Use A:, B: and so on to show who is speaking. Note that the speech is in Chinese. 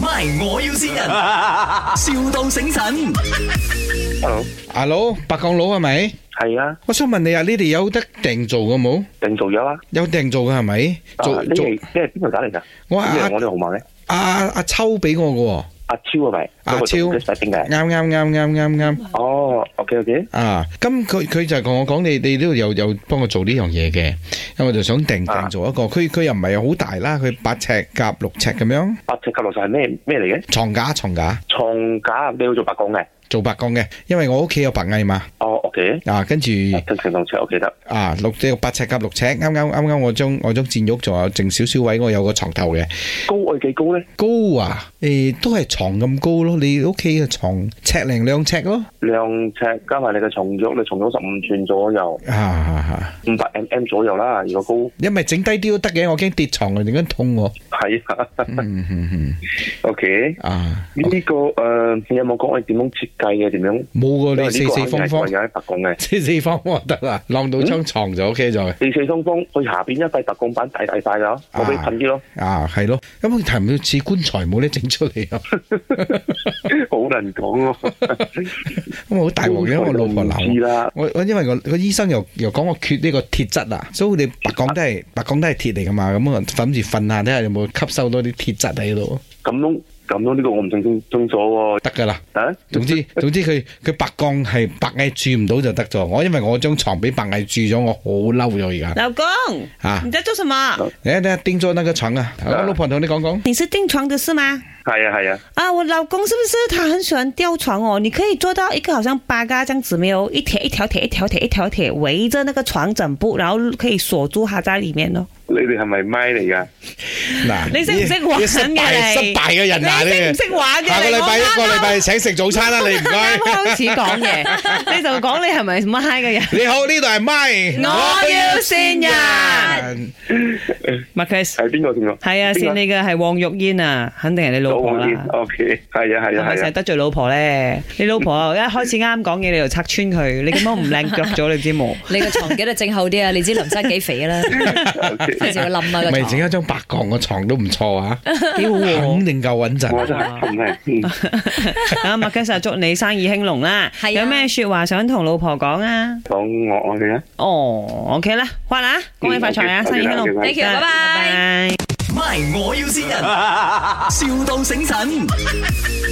A: ，My 我要先人，,笑到醒神。
B: Hello，
C: 阿佬，白鋼佬係咪？
B: 係啊，
C: 我想問你啊，你哋有得訂做嘅冇？
B: 定做咗啊。
C: 有訂做嘅係咪？
B: 啊
C: 做
B: 你
C: 做
B: 係你係邊度打嚟㗎？
C: 我
B: 呢
C: 阿
B: 個我哋號碼咧，
C: 阿阿阿秋俾我嘅
B: 阿超係咪？
C: 阿
B: 嗰個做
C: 超
B: guest setting 嘅。
C: 喎，啱啱啱啱啱啱
B: 哦，OK Ờ, OK，
C: 啊！咁佢佢就同我講，你你呢度有有幫我做呢樣嘢嘅，咁我就想訂
B: 啊
C: 訂做一個，佢佢又唔係好大啦，佢八尺夾六尺咁樣，
B: 八尺及落實係咩咩嚟嘅？
C: 床架床架
B: 床架你要做白鋼嘅。
C: 做白鋼嘅，因為我屋企有白蟻嘛，
B: 哦，OK，Ờ, À,
C: 啊跟住。
B: 正常同尺 OK 得。
C: 啊，六隻八尺夾六尺，啱啱啱啱我張我張墊褥仲有剩少少位，我有個床頭嘅
B: 高我幾高咧？
C: 高啊，誒、都係床咁高咯，你屋企嘅床尺零兩尺咯，
B: 兩尺加埋你嘅重褥，你重褥十五寸左右，
C: 啊啊，啊
B: 五百 mm 左右啦。如果
C: 因為整低啲都得嘅，我驚跌床突然間痛我，
B: 高 係啊
C: 嗯嗯嗯
B: ，OK。ờ,
C: 嗯啊，
B: 呢個誒，你有冇講我點樣設計嘅？點樣？
C: 冇
B: 因
C: 個
B: 為
C: 你
B: 呢
C: 四
B: 個
C: 四
B: 可能
C: 方
B: 係我
C: 方
B: 有，喺白鋼嘅。
C: 四四方方就得啦，晾到張床就 OK 咗。
B: 四四方方，佢下邊一塊白鋼板大大塊㗎，我俾你噴啲 咯，
C: 啊，係咯，咁佢係咪似棺材冇咧整出嚟啊？
B: 好難講 咯。
C: 咁我好大鑊嘅，我老婆鬧
B: 知
C: 我。
B: 啦，
C: 我我因為個個醫生又又講我缺呢個鐵質啊，所以你白講都係白講都係鐵嚟噶嘛，咁我諗住瞓下睇下有冇吸收多啲鐵質喺度，
B: 咁樣咁樣呢個我唔正正中咗喎，
C: 得噶啦。
B: 啊？
C: 總 之總之佢佢白鋼係白蟻住唔到就得咗。我因為我張床俾白蟻住咗，我好嬲咗而家
D: 老公，
C: 啊！
D: 你在做什么？
C: 你睇下叮咗那個床啊！我老婆同你講講，
D: 你是订床的是吗？
B: 係啊係啊，
D: 啊，我老公是不是他很喜欢吊床哦？你可以做到一个好像八嘎这样子，没有一铁一条铁一条铁一条铁围着那个床整部，然后可以锁住它在里面哦。
B: 你哋係咪咪嚟㗎？
C: 嗱，
D: 你識唔識玩
C: 你 失敗
D: 嘅
C: 失
D: 你
C: 敗嘅人啊！
D: 你識唔
C: 你
D: 識玩嘅
C: 下個
D: 你
C: 禮拜
D: 我
C: 一
D: 啱
C: 個
D: 啱
C: 禮拜請食早餐啦，你唔該
D: 啱。啱開始講嘢，你就講你係咪乜嗨嘅人？
C: 你好，呢度係咪？
D: 我要善人，Marcus
B: 係邊個先講？
D: 係啊，
B: 邊個
D: 善你嘅係黃玉燕啊，肯定係你老婆啦。
B: O K，係啊係
D: 係
B: 啊係
D: 咪成日
B: 啊，
D: 得罪老婆咧？你老婆一開始啱講嘢，你就拆穿佢，你咁樣唔靚腳咗，你知冇？
E: 你個床幾多正厚啲啊？你知林生幾肥啦，費事會冧啊
C: 唔
E: 個
C: 係整
E: 床。
C: 一張白鋼嘅床都唔錯啊，
D: 幾好喎！
C: 肯定夠穩
B: 我
C: 陣。
B: 真係真係，嗯
D: 啊，麥吉實祝你生意興隆啦！
E: 係啊
D: 有咩説話想同老婆講啊？
B: 講我愛你啊！
D: 哦，OK 啦，發啦，恭喜發財啊，
B: 嗯，OK，
D: 生意興隆
B: OK，OK，
E: 拜拜
D: Thank you，拜拜
A: My 我要先人，,笑到醒神。